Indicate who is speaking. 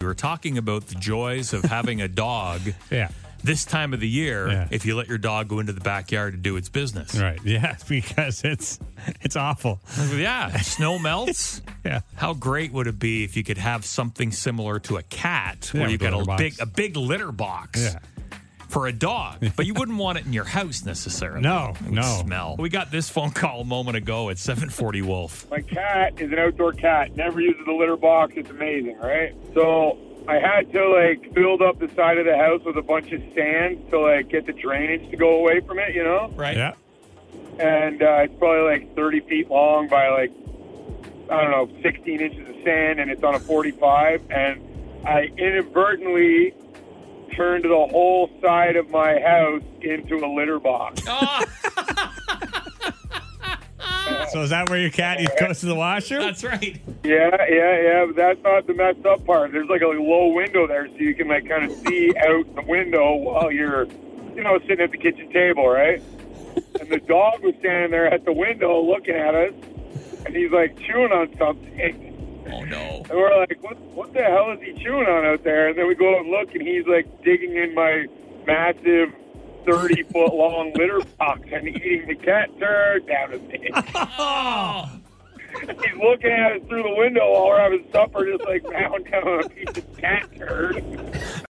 Speaker 1: We were talking about the joys of having a dog
Speaker 2: Yeah.
Speaker 1: this time of the year
Speaker 2: Yeah.
Speaker 1: if you let your dog go into the backyard to do its business.
Speaker 2: Right. Yeah. Because it's it's awful.
Speaker 1: Yeah, snow melts.
Speaker 2: Yeah.
Speaker 1: How great would it be if you could have something similar to a cat
Speaker 2: Yeah,
Speaker 1: where you've
Speaker 2: with a
Speaker 1: got a
Speaker 2: litter box.
Speaker 1: big a big litter box
Speaker 2: Yeah.
Speaker 1: for a dog, but you wouldn't want it in your house necessarily.
Speaker 2: No,
Speaker 1: It would
Speaker 2: no.
Speaker 1: Smell. We got this phone call a moment ago at 740 Wolf.
Speaker 3: My cat is an outdoor cat. Never uses a litter box. It's amazing, right? So I had to like build up the side of the house with a bunch of sand to like get the drainage to go away from it, you know.
Speaker 1: Right?
Speaker 2: Yeah.
Speaker 3: And uh, it's probably like 30 feet long by like I don't know 16 inches of sand, and it's on a 45. And I inadvertently turned the whole side of my house into a litter box.
Speaker 2: So is that where your cat he goes to the washer?
Speaker 1: That's right.
Speaker 3: Yeah, yeah, yeah. But that's not the messed up part. There's like a low window there, so you can like kind of see out the window while you're, you know, sitting at the kitchen table, right? And the dog was standing there at the window looking at us, and he's like chewing on something.
Speaker 1: Oh no.
Speaker 3: And we're like, what, what the hell is he chewing on out there? And then we go out and look, and he's like digging in my massive 30 foot long litter box and eating the cat turd down his face.
Speaker 1: Oh.
Speaker 3: He's looking at us through the window while we're having supper, just like bowing down on a piece of cat turd.